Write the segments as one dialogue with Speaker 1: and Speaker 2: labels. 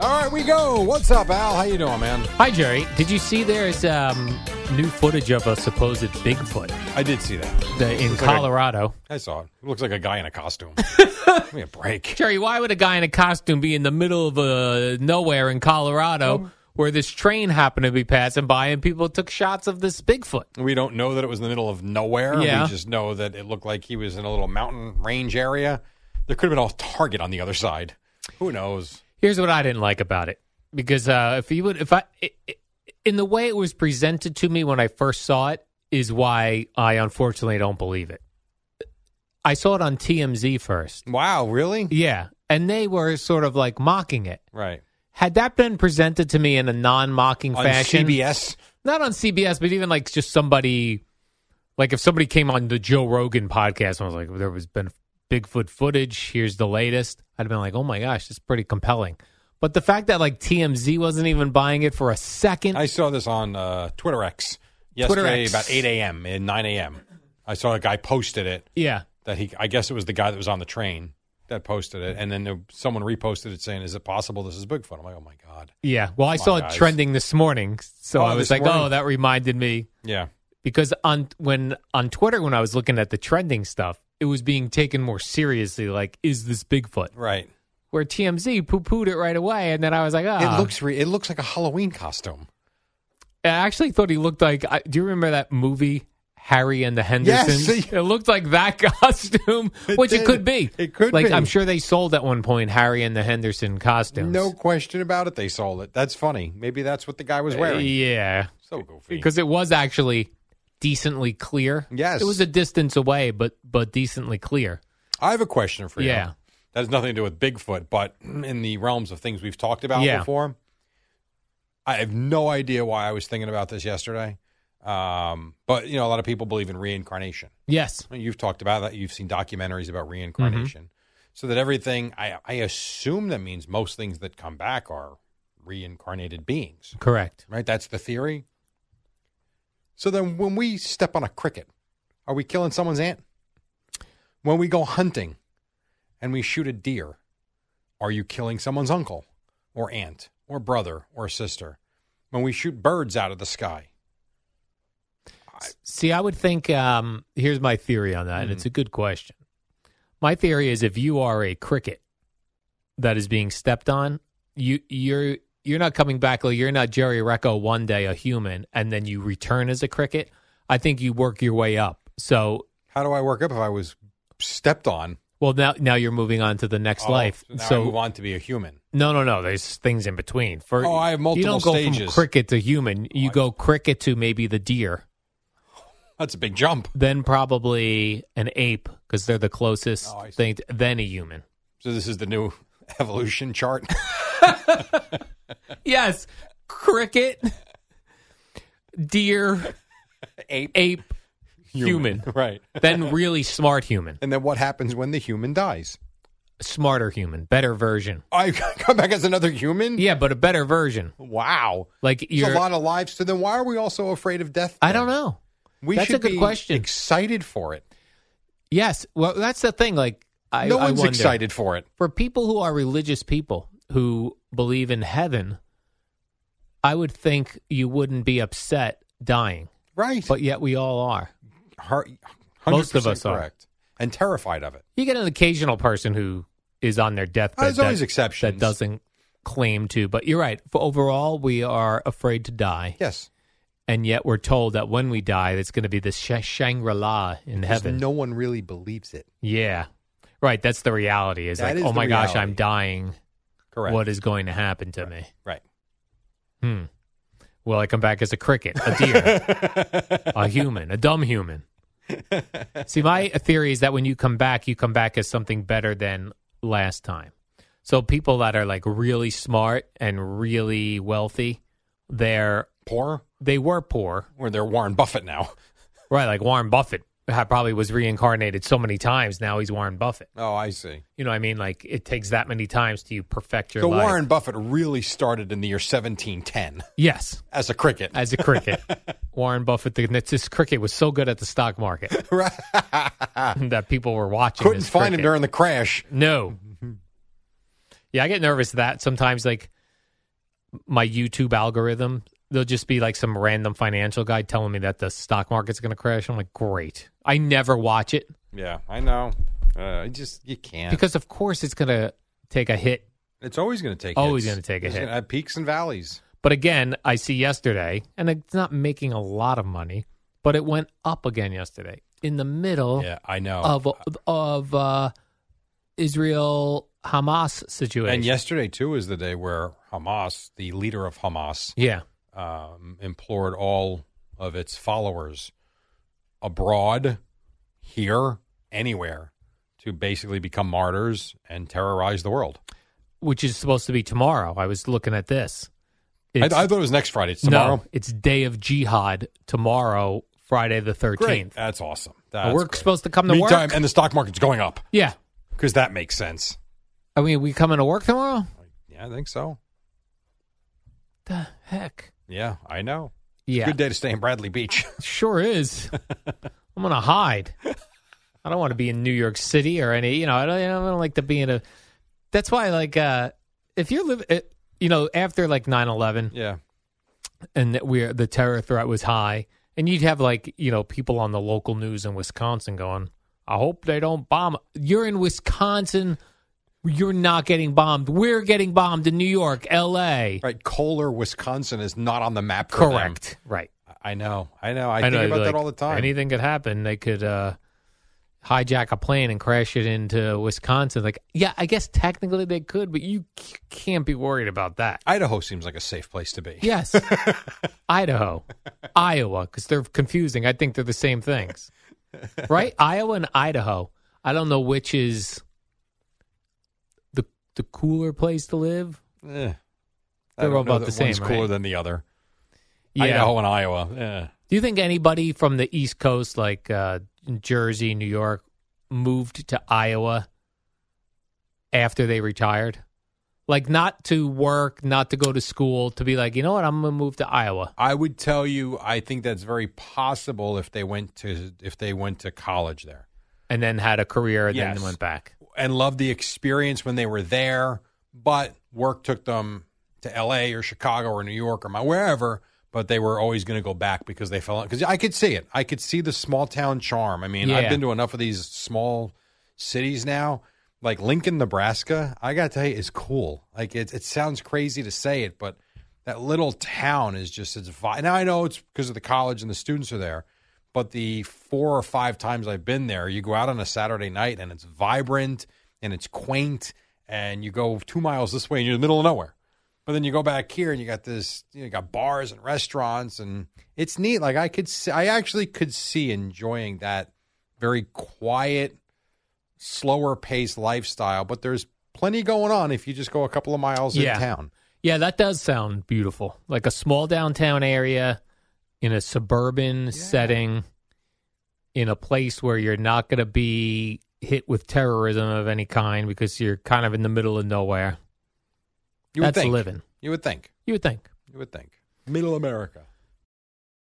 Speaker 1: All right, we go. What's up, Al? How you doing, man?
Speaker 2: Hi, Jerry. Did you see there's um, new footage of a supposed Bigfoot
Speaker 1: I did see that.
Speaker 2: the, in Colorado?
Speaker 1: I saw it. It looks like a guy in a costume. Give me a break.
Speaker 2: Jerry, why would a guy in a costume be in the middle of uh, nowhere in Colorado where this train happened to be passing by and people took shots of this Bigfoot?
Speaker 1: We don't know that it was in the middle of nowhere.
Speaker 2: Yeah.
Speaker 1: We just know that it looked like he was in a little mountain range area. There could have been a target on the other side. Who knows?
Speaker 2: Here's what I didn't like about it because uh, if you would, if I, i i in the way it was presented to me when I first saw it, is why I unfortunately don't believe it. I saw it on TMZ first.
Speaker 1: Wow, really?
Speaker 2: Yeah. And they were sort of like mocking it.
Speaker 1: Right.
Speaker 2: Had that been presented to me in a non mocking
Speaker 1: On
Speaker 2: fashion,
Speaker 1: CBS.
Speaker 2: not on CBS, but even like just somebody, like if somebody came on the Joe Rogan podcast and was like, there was been Bigfoot footage, here's the latest, I'd have been like, oh my gosh, this is pretty compelling. But the fact that like TMZ wasn't even buying it for a second,
Speaker 1: I saw this on uh, Twitter X yesterday
Speaker 2: Twitter X.
Speaker 1: about 8 a.m. and 9 a.m. I saw a guy posted it
Speaker 2: yeah,
Speaker 1: that he I guess it was the guy that was on the train that posted it, and then there, someone reposted it saying, "Is it possible this is Bigfoot?" I'm like, "Oh my god!"
Speaker 2: yeah. Well, I
Speaker 1: Come on,
Speaker 2: saw it
Speaker 1: guys.
Speaker 2: trending this morning, so
Speaker 1: Oh,
Speaker 2: I was
Speaker 1: this
Speaker 2: like,
Speaker 1: morning?
Speaker 2: oh, that reminded me
Speaker 1: Yeah,
Speaker 2: because on when on Twitter when I was looking at the trending stuff, it was being taken more seriously. Like, is this Bigfoot?
Speaker 1: right.
Speaker 2: Where TMZ poo pooed it right away, and then I was like, ah,
Speaker 1: it looks re- it looks like a Halloween costume.
Speaker 2: I actually thought he looked like. I, do you remember that movie Harry and the Hendersons?
Speaker 1: Yes.
Speaker 2: It looked like that costume,
Speaker 1: It
Speaker 2: which
Speaker 1: did.
Speaker 2: it could be.
Speaker 1: It could
Speaker 2: like,
Speaker 1: be.
Speaker 2: I'm sure they sold at one point Harry and the Henderson costumes.
Speaker 1: No question about it. They sold it. That's funny. Maybe that's what the guy was
Speaker 2: Uh,
Speaker 1: wearing.
Speaker 2: yeah,
Speaker 1: So goofy.
Speaker 2: because it was actually decently clear.
Speaker 1: Yes.
Speaker 2: it was a distance away, but but decently clear.
Speaker 1: I have a question for you.
Speaker 2: Yeah.
Speaker 1: That has nothing to do with Bigfoot, but in the realms of things we've talked about
Speaker 2: Yeah.
Speaker 1: before, I have no idea why I was thinking about this yesterday. Um, but you know, a lot of people believe in reincarnation.
Speaker 2: Yes,
Speaker 1: Well, You've talked about that. You've seen documentaries about reincarnation. So that everything, I, I assume that means most things that come back are reincarnated beings,
Speaker 2: correct.
Speaker 1: right? That's the theory. So then when we step on a cricket, are we killing someone's ant? When we go hunting and we shoot a deer, are you killing someone's uncle or aunt or brother or sister? When we shoot birds out of the sky,
Speaker 2: See, I would think um, here's my theory on that, and
Speaker 1: Mm-hmm.
Speaker 2: it's a good question. My theory is if you are a cricket that is being stepped on, you you're you're not coming back. Like you're not Jerry Recco one day a human, and then you return as a cricket. I think you work your way up. So
Speaker 1: how do I work up if I was stepped on?
Speaker 2: well now now you're moving on to the next
Speaker 1: Oh,
Speaker 2: life.
Speaker 1: now I
Speaker 2: so
Speaker 1: move on to be a human.
Speaker 2: no no no, there's things in between. For
Speaker 1: Oh, I have
Speaker 2: you
Speaker 1: multiple
Speaker 2: don't go
Speaker 1: stages.
Speaker 2: from cricket to human. You go cricket to maybe the deer.
Speaker 1: That's a big jump.
Speaker 2: then probably an ape because they're the closest
Speaker 1: Oh, I see.
Speaker 2: thing. To, then a human.
Speaker 1: So this is the new evolution chart.
Speaker 2: Yes, cricket, deer,
Speaker 1: Ape,
Speaker 2: ape, human.
Speaker 1: right?
Speaker 2: then really smart human,
Speaker 1: And then what happens when the human dies?
Speaker 2: smarter human, better version.
Speaker 1: I come back as another human.
Speaker 2: Yeah, but a better version.
Speaker 1: Wow,
Speaker 2: Like
Speaker 1: it's
Speaker 2: you're.
Speaker 1: a lot of lives. So then, why are we all so afraid of death?
Speaker 2: I don't
Speaker 1: then?
Speaker 2: know.
Speaker 1: We
Speaker 2: That's
Speaker 1: should
Speaker 2: a good
Speaker 1: be
Speaker 2: question.
Speaker 1: Excited for it.
Speaker 2: Yes. Well, that's the thing. Like, I,
Speaker 1: no
Speaker 2: I
Speaker 1: one's
Speaker 2: wonder.
Speaker 1: excited for it.
Speaker 2: for people who are religious people who believe in heaven, I would think you wouldn't be upset dying,
Speaker 1: Right.
Speaker 2: but yet we all are.
Speaker 1: Har- 100%
Speaker 2: Most of us are.
Speaker 1: correct. And terrified of it.
Speaker 2: You get an occasional person who is on their deathbed.
Speaker 1: There's always
Speaker 2: that-
Speaker 1: exceptions.
Speaker 2: that doesn't claim to, but you're right. For overall, we are afraid to die,
Speaker 1: Yes.
Speaker 2: and yet we're told that when we die, it's going to be the sh- Shangri La in
Speaker 1: Because
Speaker 2: heaven.
Speaker 1: No one really believes it.
Speaker 2: yeah, right. That's the reality. Is
Speaker 1: That
Speaker 2: like,
Speaker 1: is
Speaker 2: oh
Speaker 1: the
Speaker 2: my gosh,
Speaker 1: reality.
Speaker 2: I'm dying.
Speaker 1: Correct.
Speaker 2: What is going to happen to me?
Speaker 1: right.
Speaker 2: Hmm. Will I come back as a cricket, a deer, a human, a dumb human? See, my theory is that when you come back, you come back as something better than last time. So people that are like really smart and really wealthy, they're
Speaker 1: Poor?
Speaker 2: they were poor,
Speaker 1: Where they're Warren Buffett now.
Speaker 2: right? Like Warren Buffett ha- probably was reincarnated so many times. Now he's Warren Buffett.
Speaker 1: Oh, I see.
Speaker 2: You know, what I mean, like it takes that many times to you perfect your
Speaker 1: so
Speaker 2: life.
Speaker 1: Warren Buffett really started in the year 1710
Speaker 2: yes,
Speaker 1: as a cricket.
Speaker 2: as a cricket, Warren Buffett. The, this cricket was so good at the stock market.
Speaker 1: Right.
Speaker 2: that people were watching.
Speaker 1: Couldn't
Speaker 2: this
Speaker 1: find
Speaker 2: cricket.
Speaker 1: him during Mm-hmm. the crash.
Speaker 2: No. Yeah, I get nervous that sometimes like my YouTube algorithm, there'll just be like some random financial guy telling me that the stock market's going to crash. I'm like, great. I never watch it
Speaker 1: Yeah, I know. Uh, I just you can't
Speaker 2: because of course it's going to take a hit.
Speaker 1: it's always going to take
Speaker 2: Always
Speaker 1: hits.
Speaker 2: gonna take a
Speaker 1: It's
Speaker 2: hit.
Speaker 1: gonna have peaks and valleys.
Speaker 2: But again, I see yesterday, and it's not making a lot of money, but it went up again yesterday in the middle
Speaker 1: Yeah, I know.
Speaker 2: of of uh, Israel Hamas situation.
Speaker 1: and yesterday too is the day where Hamas, the leader of Hamas,
Speaker 2: yeah,
Speaker 1: um, implored all of its followers abroad, here, anywhere, to basically become martyrs and terrorize the world.
Speaker 2: which is supposed to be tomorrow. I was looking at this.
Speaker 1: I, I
Speaker 2: It's-
Speaker 1: thought it was next Friday. It's tomorrow.
Speaker 2: No, it's Day of Jihad tomorrow, Friday the
Speaker 1: Great.
Speaker 2: thirteenth.
Speaker 1: That's awesome. That's
Speaker 2: We're
Speaker 1: great.
Speaker 2: supposed to come to
Speaker 1: Meantime,
Speaker 2: work.
Speaker 1: and the stock market's going up
Speaker 2: yeah,
Speaker 1: because that makes sense.
Speaker 2: I mean, we coming to work tomorrow.
Speaker 1: Yeah, I think so.
Speaker 2: The heck?
Speaker 1: Yeah, I know.
Speaker 2: Yeah,
Speaker 1: Good day to stay in Bradley Beach.
Speaker 2: sure is. I'm gonna hide. I don't want to be in New York City or any. You know, I don't. I don't like to be in a. That's why, like, uh if you're living, you know, after like 9-11,
Speaker 1: yeah.
Speaker 2: and that we're the terror threat was high, and you'd have like you know people on the local news in Wisconsin going, "I hope they don't bomb." You're in Wisconsin, you're not getting bombed. We're getting bombed in New York, L.A.
Speaker 1: Right. Kohler, Wisconsin is not on the map. for them.
Speaker 2: Correct, right?
Speaker 1: I know. I know. I,
Speaker 2: know,
Speaker 1: think about
Speaker 2: like,
Speaker 1: that all the time.
Speaker 2: Anything could happen. They could uh, hijack a plane and crash it into Wisconsin. Like, yeah, I guess technically they could, but you c- can't be worried about that.
Speaker 1: Idaho seems like a safe place to be.
Speaker 2: Yes. Idaho, Iowa, because they're confusing. I think they're the same things, right? Iowa and Idaho. I don't know which is the the cooler place to live.
Speaker 1: Eh. I
Speaker 2: They're
Speaker 1: don't
Speaker 2: all
Speaker 1: know
Speaker 2: about
Speaker 1: that
Speaker 2: the
Speaker 1: One's
Speaker 2: same,
Speaker 1: cooler
Speaker 2: right?
Speaker 1: than the other. Idaho and Iowa. Eh.
Speaker 2: Do you think anybody from the East Coast, like uh, Jersey, New York, moved to Iowa after they retired? Like not to work, not to go to school, to be like, you know what, I'm gonna move to Iowa.
Speaker 1: I would tell you. I think that's very possible if they went to if they went to college there
Speaker 2: And then had a career and
Speaker 1: Yes.
Speaker 2: then went back.
Speaker 1: and loved the experience when they were there, but work took them to L.A. or Chicago or New York or my wherever. But they were always going to go back because they fell in. Because I could see it. I could see the small town charm. I mean, I've
Speaker 2: Yeah.
Speaker 1: been to enough of these small cities now. Like Lincoln, Nebraska, I gotta tell you, is cool. Like it, it sounds crazy to say it, but that little town is just it's vi Now I know it's because of the college and the students are there, but the four or five times I've been there, you go out on a Saturday night and it's vibrant and it's quaint, and you go two miles this way and you're in the middle of nowhere. But then you go back here and you got this, you, know, you got bars and restaurants, and it's neat. Like I could, see, I actually could see enjoying that very quiet, slower paced lifestyle. But there's plenty going on if you just go a couple of miles
Speaker 2: Yeah.
Speaker 1: in town.
Speaker 2: Yeah, that does sound beautiful. Like a small downtown area in a suburban setting in a place where you're not going to be hit with terrorism of any kind because you're kind of in the middle of nowhere.
Speaker 1: You
Speaker 2: That's
Speaker 1: would think.
Speaker 2: living.
Speaker 1: You would think.
Speaker 2: You would think.
Speaker 1: You would think. Middle America.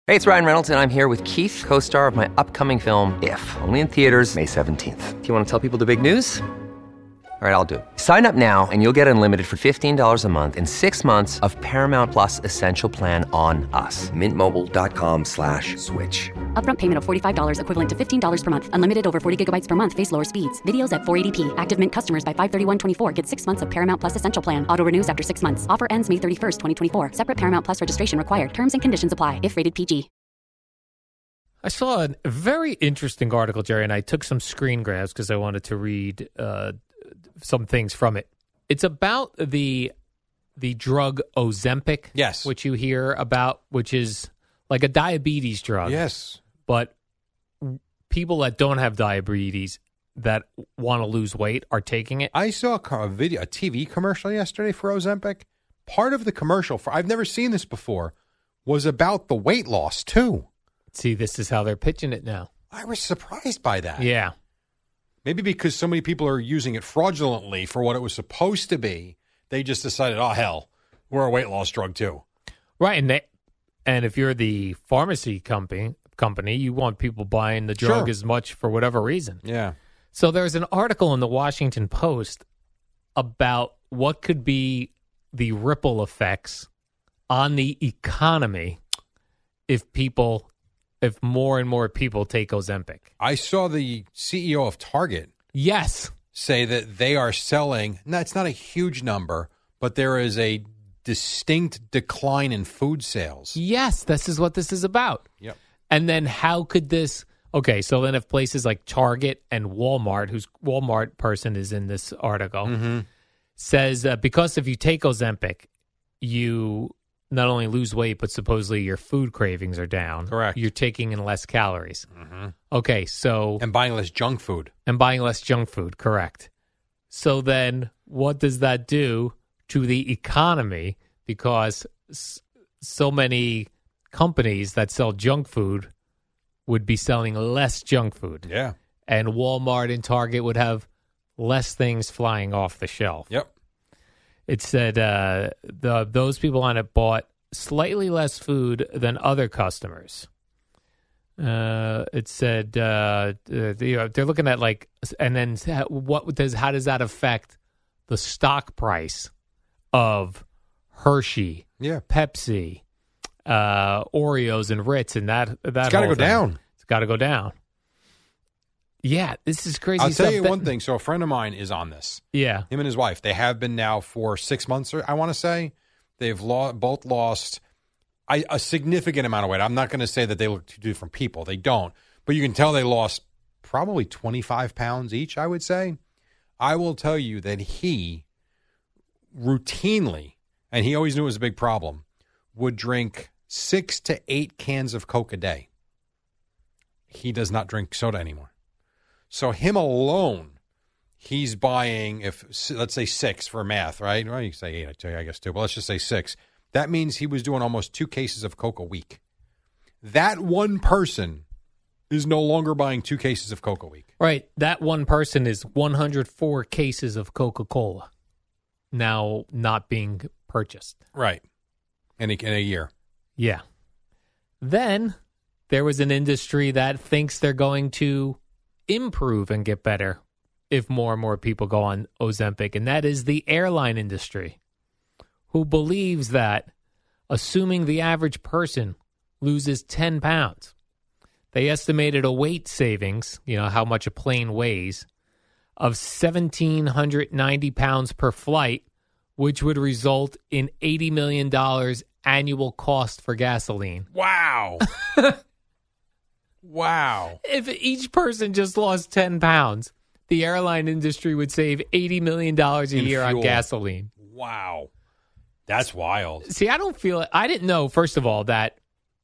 Speaker 3: Hey, it's Ryan Reynolds, and I'm here with Keith, co star of my upcoming film, If, only in theaters, May 17th. Do you want to tell people the big news? All right, I'll do it. Sign up now and you'll get unlimited for $15 a month in six months of Paramount Plus Essential Plan on us. Mintmobile.com slash switch.
Speaker 4: Upfront payment of $45 equivalent to $15 per month. Unlimited over 40 gigabytes per month. Face lower speeds. Videos at 480p. Active Mint customers by 531.24 get six months of Paramount Plus Essential Plan. Auto renews after six months. Offer ends May 31st, 2024. Separate Paramount Plus registration required. Terms and conditions apply if rated PG.
Speaker 2: I saw a very interesting article, Jerry, and I took some screen grabs because I wanted to read uh, some things from it. It's about the the drug Ozempic,
Speaker 1: Yes.
Speaker 2: which you hear about, which is like a diabetes drug,
Speaker 1: Yes.
Speaker 2: But people that don't have diabetes that want to lose weight are taking it.
Speaker 1: I saw a co- a video, a TV commercial yesterday for Ozempic. Part of the commercial for I've never seen this before was about the weight loss too.
Speaker 2: See, this is how they're pitching it now.
Speaker 1: I was surprised by that.
Speaker 2: Yeah,
Speaker 1: Maybe because so many people are using it fraudulently for what it was supposed to be, they just decided, oh hell, we're a weight loss drug too.
Speaker 2: right. And they, and if you're the pharmacy company company, you want people buying the drug
Speaker 1: Sure.
Speaker 2: as much for whatever reason.
Speaker 1: Yeah.
Speaker 2: So there's an article in the Washington Post about what could be the ripple effects on the economy if people if more and more people take Ozempic.
Speaker 1: I saw the CEO of Target
Speaker 2: Yes.
Speaker 1: say that they are selling. No, it's not a huge number, but there is a distinct decline in food sales.
Speaker 2: Yes, this is what this is about.
Speaker 1: Yep.
Speaker 2: And then how could this Okay, so then if places like Target and Walmart, whose Walmart person is in this article,
Speaker 1: mm-hmm.
Speaker 2: says that because if you take Ozempic, you not only lose weight, but supposedly your food cravings are down.
Speaker 1: Correct. Mm-hmm.
Speaker 2: You're taking in less calories. Okay, so
Speaker 1: And buying less junk food.
Speaker 2: and buying less junk food, correct. So then what does that do to the economy because s- so many companies that sell junk food would be selling less junk food
Speaker 1: Yeah.
Speaker 2: and Walmart and Target would have less things flying off the shelf.
Speaker 1: Yep.
Speaker 2: It said uh, the those people on it bought slightly less food than other customers. Uh, it said uh, uh, you know, they're looking at like, and then s- what does how does that affect the stock price of Hershey,
Speaker 1: Yeah.
Speaker 2: Pepsi, uh, Oreos, and Ritz, and that that
Speaker 1: It's got to
Speaker 2: whole
Speaker 1: go
Speaker 2: thing?
Speaker 1: down.
Speaker 2: It's got to go down. Yeah, this is crazy.
Speaker 1: I'll tell
Speaker 2: stuff
Speaker 1: you
Speaker 2: that-
Speaker 1: one thing. So a friend of mine is on this.
Speaker 2: Yeah,
Speaker 1: Him and his wife. They have been now for six months. Or I want to say they've lo- both lost I, a significant amount of weight. I'm not going to say that they look two different people. They don't. But you can tell they lost probably 25 pounds each. I would say. I will tell you that he routinely, and he always knew it was a big problem, would drink six to eight cans of Coke a day. He does not drink soda anymore. So him alone, he's buying if s- let's say six for math, right? Well, you can say eight, I tell you, I guess two, but let's just say six. That means he was doing almost two cases of Coke a week. That one person is no longer buying two cases of Coke a week.
Speaker 2: right. That one person is 104 cases of Coca Cola now not being purchased.
Speaker 1: Right. In a, in a year.
Speaker 2: Yeah. Then there was an industry that thinks they're going to improve and get better if more and more people go on Ozempic, and that is the airline industry, who believes that assuming the average person loses 10 pounds, they estimated a weight savings, you know, how much a plane weighs, of 1,790 pounds per flight which would result in $80 million annual cost for gasoline.
Speaker 1: Wow. wow.
Speaker 2: If each person just lost 10 pounds, the airline industry would save $80 million a
Speaker 1: In
Speaker 2: year on
Speaker 1: fuel.
Speaker 2: gasoline.
Speaker 1: Wow. That's wild.
Speaker 2: See, I don't feel I didn't know, first of all, that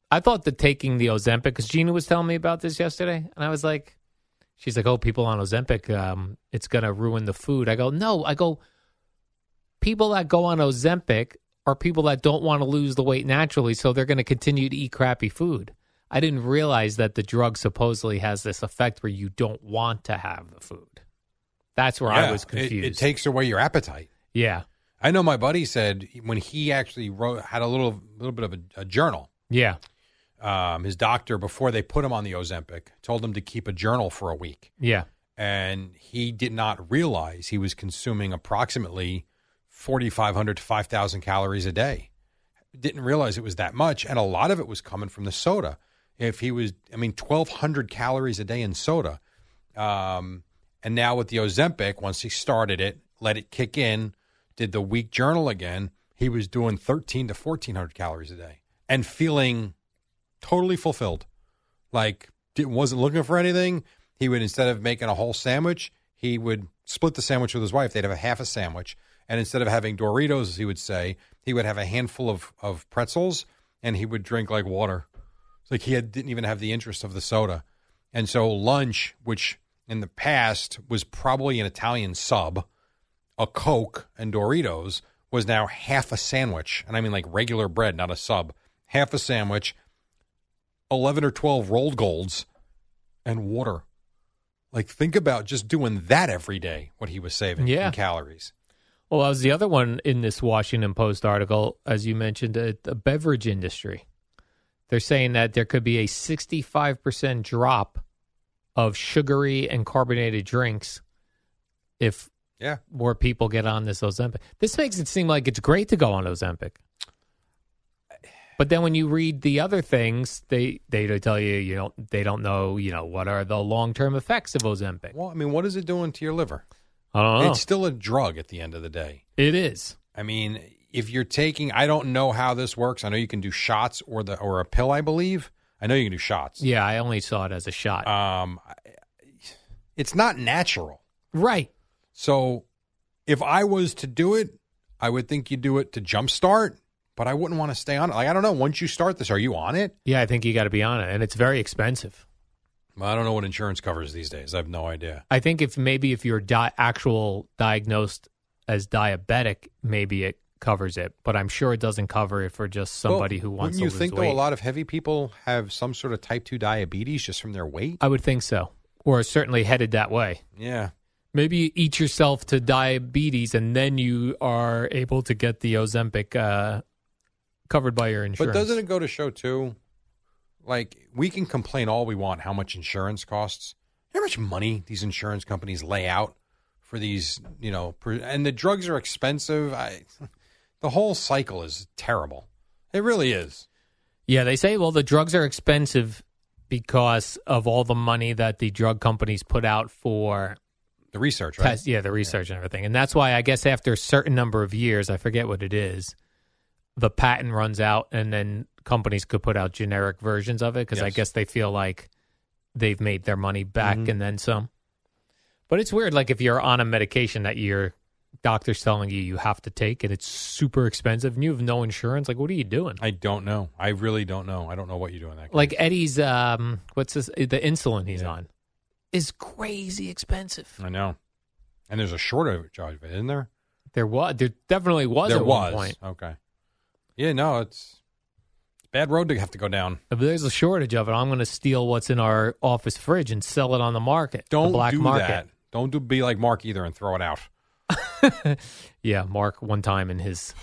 Speaker 2: I thought that taking the Ozempic, because Gina was telling me about this yesterday, and I was like, she's like, oh, people on Ozempic, um, it's going to ruin the food. I go, no. I go, people that go on Ozempic are people that don't want to lose the weight naturally, so they're going to continue to eat crappy food. I didn't realize that the drug supposedly has this effect where you don't want to have the food. That's where I
Speaker 1: Yeah,
Speaker 2: was
Speaker 1: it-
Speaker 2: confused.
Speaker 1: It, takes away your appetite.
Speaker 2: yeah.
Speaker 1: I know my buddy said when he actually wrote had a little little bit of a, a journal
Speaker 2: Yeah.
Speaker 1: um, his doctor before they put him on the Ozempic told him to keep a journal for a week,
Speaker 2: Yeah.
Speaker 1: and he did not realize he was consuming approximately forty five hundred to five thousand calories a day. Didn't realize it was that much, and a lot of it was coming from the soda. If he was, I mean, twelve hundred calories a day in soda, um, and now with the Ozempic, once he started it, let it kick in, did the week journal again, he was doing thirteen to fourteen hundred calories a day and feeling totally fulfilled. Like didn't, wasn't looking for anything. He would instead of making a whole sandwich, he would split the sandwich with his wife. They'd have a half a sandwich, and instead of having Doritos, as he would say, he would have a handful of of pretzels, and he would drink like water. It's like he had, didn't even have the interest of the soda, and so lunch, which in the past was probably an Italian sub, a Coke and Doritos was now half a sandwich, and I mean like regular bread, not a sub. Half a sandwich, 11 or 12 rolled golds and water. Like, think about just doing that every day, what he was saving
Speaker 2: Yeah.
Speaker 1: in calories.
Speaker 2: Well, that was the other one in this Washington Post article, as you mentioned, uh, the beverage industry. They're saying that there could be a 65% drop of sugary and carbonated drinks if
Speaker 1: Yeah.
Speaker 2: more people get on this Ozempic. This makes it seem like it's great to go on Ozempic. But then when you read the other things, they they tell you you don't they don't know you know what are the long term effects of Ozempic.
Speaker 1: Well, I mean, what is it doing to your liver?
Speaker 2: I don't know.
Speaker 1: It's still a drug at the end of the day.
Speaker 2: It is.
Speaker 1: I mean, if you're taking, I don't know how this works. I know you can do shots or the or a pill, I believe. I know you can do shots.
Speaker 2: Yeah, I only saw it as a shot.
Speaker 1: Um, I- it's not natural.
Speaker 2: right.
Speaker 1: So if I was to do it, I would think you do it to jumpstart, but I wouldn't want to stay on it. Like, I don't know. Once you start this, are you on it?
Speaker 2: Yeah, I think you got to be on it, and it's very expensive.
Speaker 1: Well, I don't know what insurance covers these days. I have no idea.
Speaker 2: I think if maybe if you're di- actual diagnosed as diabetic, maybe it covers it, but I'm sure it doesn't cover it for just somebody
Speaker 1: Well,
Speaker 2: who wants
Speaker 1: wouldn't
Speaker 2: to
Speaker 1: you
Speaker 2: lose
Speaker 1: think
Speaker 2: weight.
Speaker 1: though a lot of heavy people have some sort of type two diabetes just from their weight?
Speaker 2: I would think so, or certainly headed that way.
Speaker 1: Yeah,
Speaker 2: Maybe you eat yourself to diabetes, and then you are able to get the Ozempic uh, covered by your insurance.
Speaker 1: but doesn't it go to show too? Like we can complain all we want how much insurance costs, how much money these insurance companies lay out for these, you know, per, and the drugs are expensive. I, the whole cycle is terrible. It really is.
Speaker 2: Yeah, they say, well, the drugs are expensive because of all the money that the drug companies put out for
Speaker 1: The research, right?
Speaker 2: Test- yeah, the research and everything. And that's why I guess after a certain number of years, I forget what it is, the patent runs out and then companies could put out generic versions of it because I
Speaker 1: Yes. Mm-hmm.
Speaker 2: guess they feel like they've made their money back and then some. But it's weird like if you're on a medication that your doctor's telling you you have to take and it's super expensive and you have no insurance, like what are you doing?
Speaker 1: I don't know. I really don't know. I don't know what you do in that. case.
Speaker 2: Like Eddie's um what's this the insulin he's on is crazy expensive.
Speaker 1: I know. And there's a shortage of it, isn't there?
Speaker 2: There was there definitely was
Speaker 1: there
Speaker 2: at one
Speaker 1: was.
Speaker 2: point.
Speaker 1: Okay. Yeah, no, it's it's a bad road to have to go down.
Speaker 2: If there's a shortage of it, I'm going to steal what's in our office fridge and sell it on the market, the
Speaker 1: Don't
Speaker 2: black
Speaker 1: do
Speaker 2: market.
Speaker 1: that. Don't do be like Mark either and throw it out.
Speaker 2: Yeah, Mark one time in his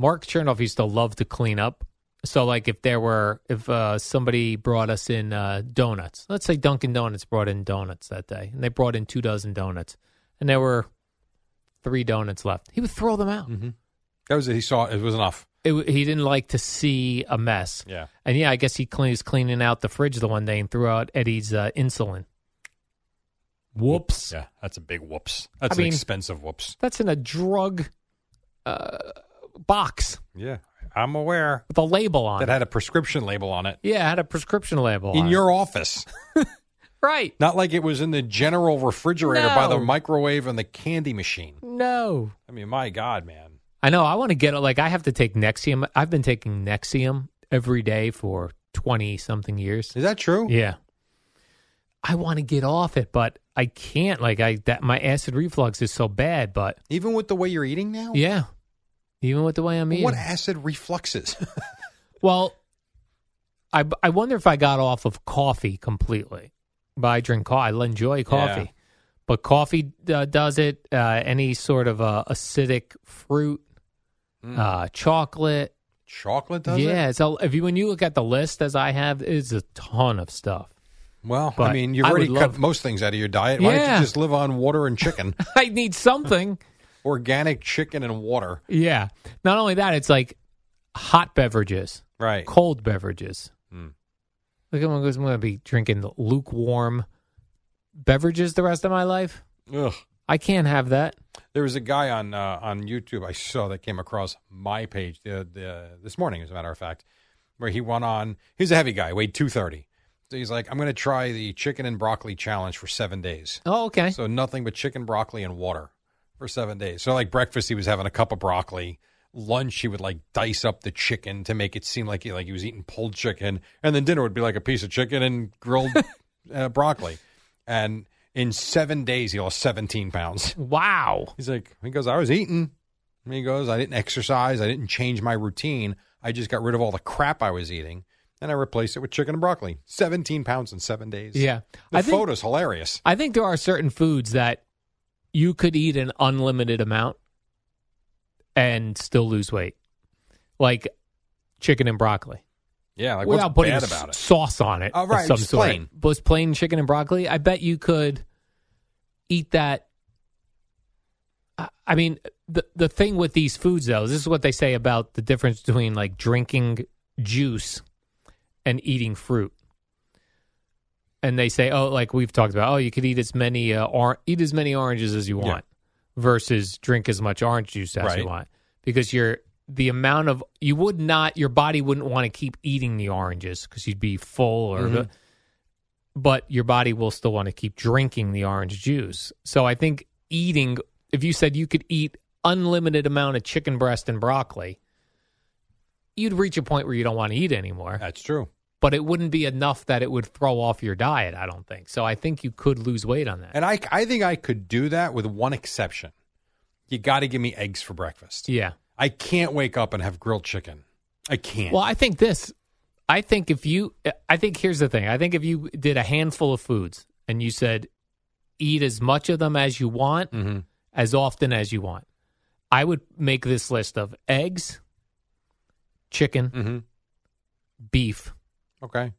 Speaker 2: Mark Chernoff used to love to clean up. So like if there were if uh, somebody brought us in uh, donuts, let's say Dunkin' Donuts brought in donuts that day, and they brought in two dozen donuts, and there were three donuts left, he would throw them out.
Speaker 1: That was it. He saw it was enough.
Speaker 2: It, w- he didn't like to see a mess.
Speaker 1: Yeah.
Speaker 2: And yeah, I guess he clean, was cleaning out the fridge the one day and threw out Eddie's uh, insulin. Whoops.
Speaker 1: Yeah, that's a big whoops. That's
Speaker 2: I
Speaker 1: an
Speaker 2: mean-
Speaker 1: expensive whoops.
Speaker 2: That's in a drug uh, box
Speaker 1: Yeah. I'm aware.
Speaker 2: with a label on
Speaker 1: That
Speaker 2: it.
Speaker 1: had a prescription label on it.
Speaker 2: Yeah, it had a prescription label on
Speaker 1: In your office.
Speaker 2: it. Right.
Speaker 1: Not like it was in the general refrigerator by the
Speaker 2: No.
Speaker 1: microwave and the candy machine.
Speaker 2: No.
Speaker 1: I mean, my God, man.
Speaker 2: I know. I want to get it. Like, I have to take Nexium. I've been taking Nexium every day for 20 something years.
Speaker 1: Is that true?
Speaker 2: Yeah. I want to get off it, but I can't. Like, I that my acid reflux is so bad, but
Speaker 1: Even with the way you're eating now?
Speaker 2: yeah. Even with the way I'm eating.
Speaker 1: Oh. What acid refluxes?
Speaker 2: Well, I, I wonder if I got off of coffee completely. But I drink coffee. I enjoy coffee.
Speaker 1: Yeah.
Speaker 2: But coffee uh, does it. Uh, any sort of uh, acidic fruit, uh, chocolate,
Speaker 1: Chocolate Mm. does it?
Speaker 2: yeah, so if you when you look at the list as I have, it's a ton of stuff.
Speaker 1: Well, I
Speaker 2: But
Speaker 1: mean, you've
Speaker 2: I would
Speaker 1: already cut
Speaker 2: love-
Speaker 1: most things out of your diet. Why don't
Speaker 2: Yeah.
Speaker 1: you just live on water and chicken?
Speaker 2: I need something.
Speaker 1: Organic chicken and water.
Speaker 2: yeah. Not only that, it's like hot beverages,
Speaker 1: Right.
Speaker 2: cold beverages.
Speaker 1: Mm.
Speaker 2: Look, I'm going to be drinking lukewarm beverages the rest of my life.
Speaker 1: Ugh.
Speaker 2: I can't have that.
Speaker 1: There was a guy on uh, on YouTube I saw that came across my page the, the, this morning, as a matter of fact, where he went on. He's a heavy guy, weighed two thirty. So he's like, I'm going to try the chicken and broccoli challenge for seven days.
Speaker 2: Oh, okay.
Speaker 1: So nothing but chicken, broccoli, and water for seven days. So like breakfast, he was having a cup of broccoli. Lunch, he would like dice up the chicken to make it seem like he like he was eating pulled chicken, and then dinner would be like a piece of chicken and grilled uh, broccoli. And in seven days, he lost seventeen pounds.
Speaker 2: wow.
Speaker 1: He's like, he goes, I was eating. And he goes, I didn't exercise. I didn't change my routine. I just got rid of all the crap I was eating and I replaced it with chicken and broccoli. 17 pounds in seven days.
Speaker 2: Yeah.
Speaker 1: The
Speaker 2: I think,
Speaker 1: photo's hilarious.
Speaker 2: I think there are certain foods that you could eat an unlimited amount and still lose weight, like chicken and broccoli.
Speaker 1: Yeah. Like,
Speaker 2: Without
Speaker 1: what's
Speaker 2: putting
Speaker 1: bad
Speaker 2: s-
Speaker 1: about it?
Speaker 2: sauce on it
Speaker 1: Oh,
Speaker 2: of
Speaker 1: right,
Speaker 2: some
Speaker 1: just
Speaker 2: sort.
Speaker 1: plain.
Speaker 2: Just plain chicken and broccoli. I bet you could eat that. I- I mean, the the thing with these foods, though, this is what they say about the difference between like drinking juice and eating fruit. And they say, oh, like we've talked about, oh, you could eat as many uh, or- eat as many oranges as you
Speaker 1: Yeah.
Speaker 2: want, versus drink as much orange juice as
Speaker 1: Right.
Speaker 2: you want, because you're the amount of you would not your body wouldn't want to keep eating the oranges because you'd be full or
Speaker 1: Mhm.
Speaker 2: but your body will still want to keep drinking the orange juice. So I think eating if you said you could eat unlimited amount of chicken breast and broccoli, you'd reach a point where you don't want to eat anymore.
Speaker 1: That's true.
Speaker 2: But it wouldn't be enough that it would throw off your diet, I don't think. So I think you could lose weight on that.
Speaker 1: And I, I think I could do that with one exception. You got to give me eggs for breakfast.
Speaker 2: yeah.
Speaker 1: I can't wake up and have grilled chicken. I can't.
Speaker 2: Well, I think this. I think if you, I think here's the thing. I think if you did a handful of foods and you said, eat as much of them as you want,
Speaker 1: Mhm.
Speaker 2: as often as you want, I would make this list of eggs, chicken,
Speaker 1: Mhm.
Speaker 2: beef,
Speaker 1: Okay.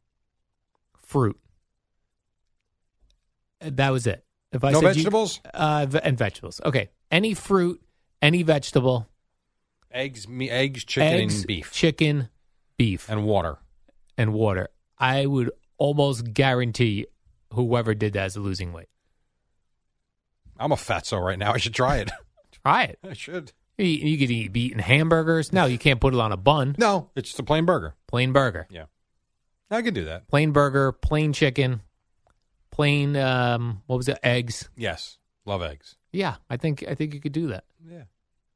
Speaker 2: fruit. Uh, That was it. If I
Speaker 1: no
Speaker 2: said you-
Speaker 1: vegetables?
Speaker 2: uh, ve- and vegetables. Okay, any fruit, any vegetable,
Speaker 1: Eggs, me, eggs, chicken,
Speaker 2: eggs,
Speaker 1: and beef.
Speaker 2: chicken, beef,
Speaker 1: and water.
Speaker 2: and water. I would almost guarantee whoever did that is losing weight.
Speaker 1: I'm a fatso right now. I should try it.
Speaker 2: Try it.
Speaker 1: I should.
Speaker 2: You, you could eat, be eating hamburgers. No, you can't put it on a bun.
Speaker 1: No, it's just a plain burger.
Speaker 2: Plain burger.
Speaker 1: Yeah. I can do that.
Speaker 2: Plain burger, plain chicken, plain um what was it? Eggs.
Speaker 1: Yes. Love eggs.
Speaker 2: Yeah, I think I think you could do that.
Speaker 1: Yeah.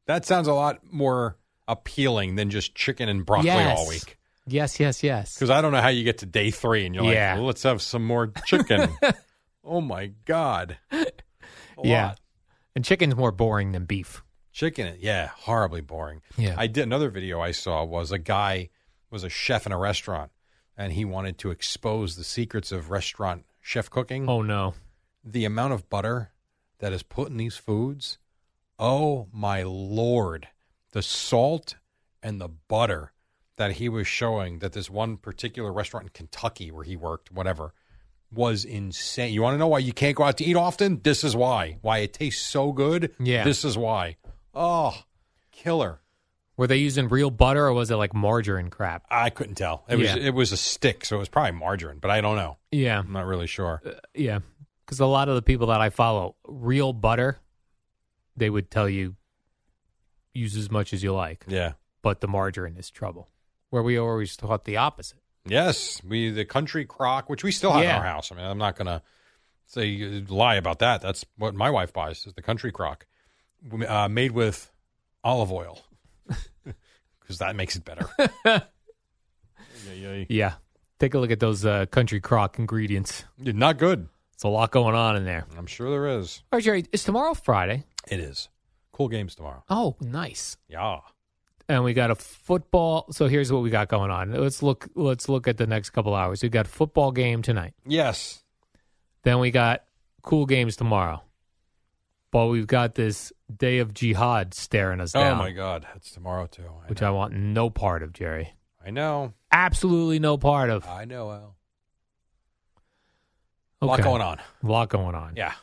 Speaker 1: That sounds a lot more appealing than just chicken and broccoli
Speaker 2: yes.
Speaker 1: all week.
Speaker 2: Yes, yes, yes.
Speaker 1: Because I don't know how you get to day three and you're
Speaker 2: Yeah.
Speaker 1: like, well, let's have some more chicken. oh my God. A
Speaker 2: yeah.
Speaker 1: lot.
Speaker 2: And chicken's more boring than beef.
Speaker 1: Chicken, yeah, horribly boring.
Speaker 2: Yeah.
Speaker 1: I did another video I saw was a guy was a chef in a restaurant and he wanted to expose the secrets of restaurant chef cooking.
Speaker 2: Oh no.
Speaker 1: the amount of butter that is put in these foods, oh my lord, the salt and the butter that he was showing that this one particular restaurant in Kentucky where he worked, whatever, was insane. You want to know why you can't go out to eat often? This is why. Why it tastes so good?
Speaker 2: Yeah.
Speaker 1: This is why. Oh, killer.
Speaker 2: Were they using real butter or was it like margarine crap?
Speaker 1: I couldn't tell. It was
Speaker 2: Yeah.
Speaker 1: it was a stick, so it was probably margarine, but I don't know.
Speaker 2: Yeah.
Speaker 1: I'm not really sure.
Speaker 2: Uh, Yeah, because a lot of the people that I follow, real butter, they would tell you use as much as you like,
Speaker 1: Yeah.
Speaker 2: but the margarine is trouble. Where we always thought the opposite.
Speaker 1: Yes, we the country crock, which we still have in
Speaker 2: Yeah.
Speaker 1: our house. I mean, I'm not gonna say uh, lie about that. That's what my wife buys is the country crock, uh, made with olive oil, because that makes it better. Ay, ay,
Speaker 2: Yeah, take a look at those uh, country crock ingredients.
Speaker 1: ay. not good.
Speaker 2: It's a lot going on in there.
Speaker 1: I'm sure there is.
Speaker 2: All right, Jerry, is tomorrow Friday?
Speaker 1: It is cool games tomorrow.
Speaker 2: Oh, nice.
Speaker 1: Yeah,
Speaker 2: And we got a football. So here's what we got going on. Let's look. Let's look at the next couple hours. We got football game tonight.
Speaker 1: yes,
Speaker 2: Then we got cool games tomorrow. But we've got this day of jihad staring us
Speaker 1: Oh
Speaker 2: down.
Speaker 1: my God, that's tomorrow too. I
Speaker 2: Which
Speaker 1: know.
Speaker 2: I want no part of, Jerry.
Speaker 1: I know.
Speaker 2: Absolutely no part of.
Speaker 1: I know. Al. A
Speaker 2: Okay.
Speaker 1: lot going on.
Speaker 2: A lot going on.
Speaker 1: Yeah.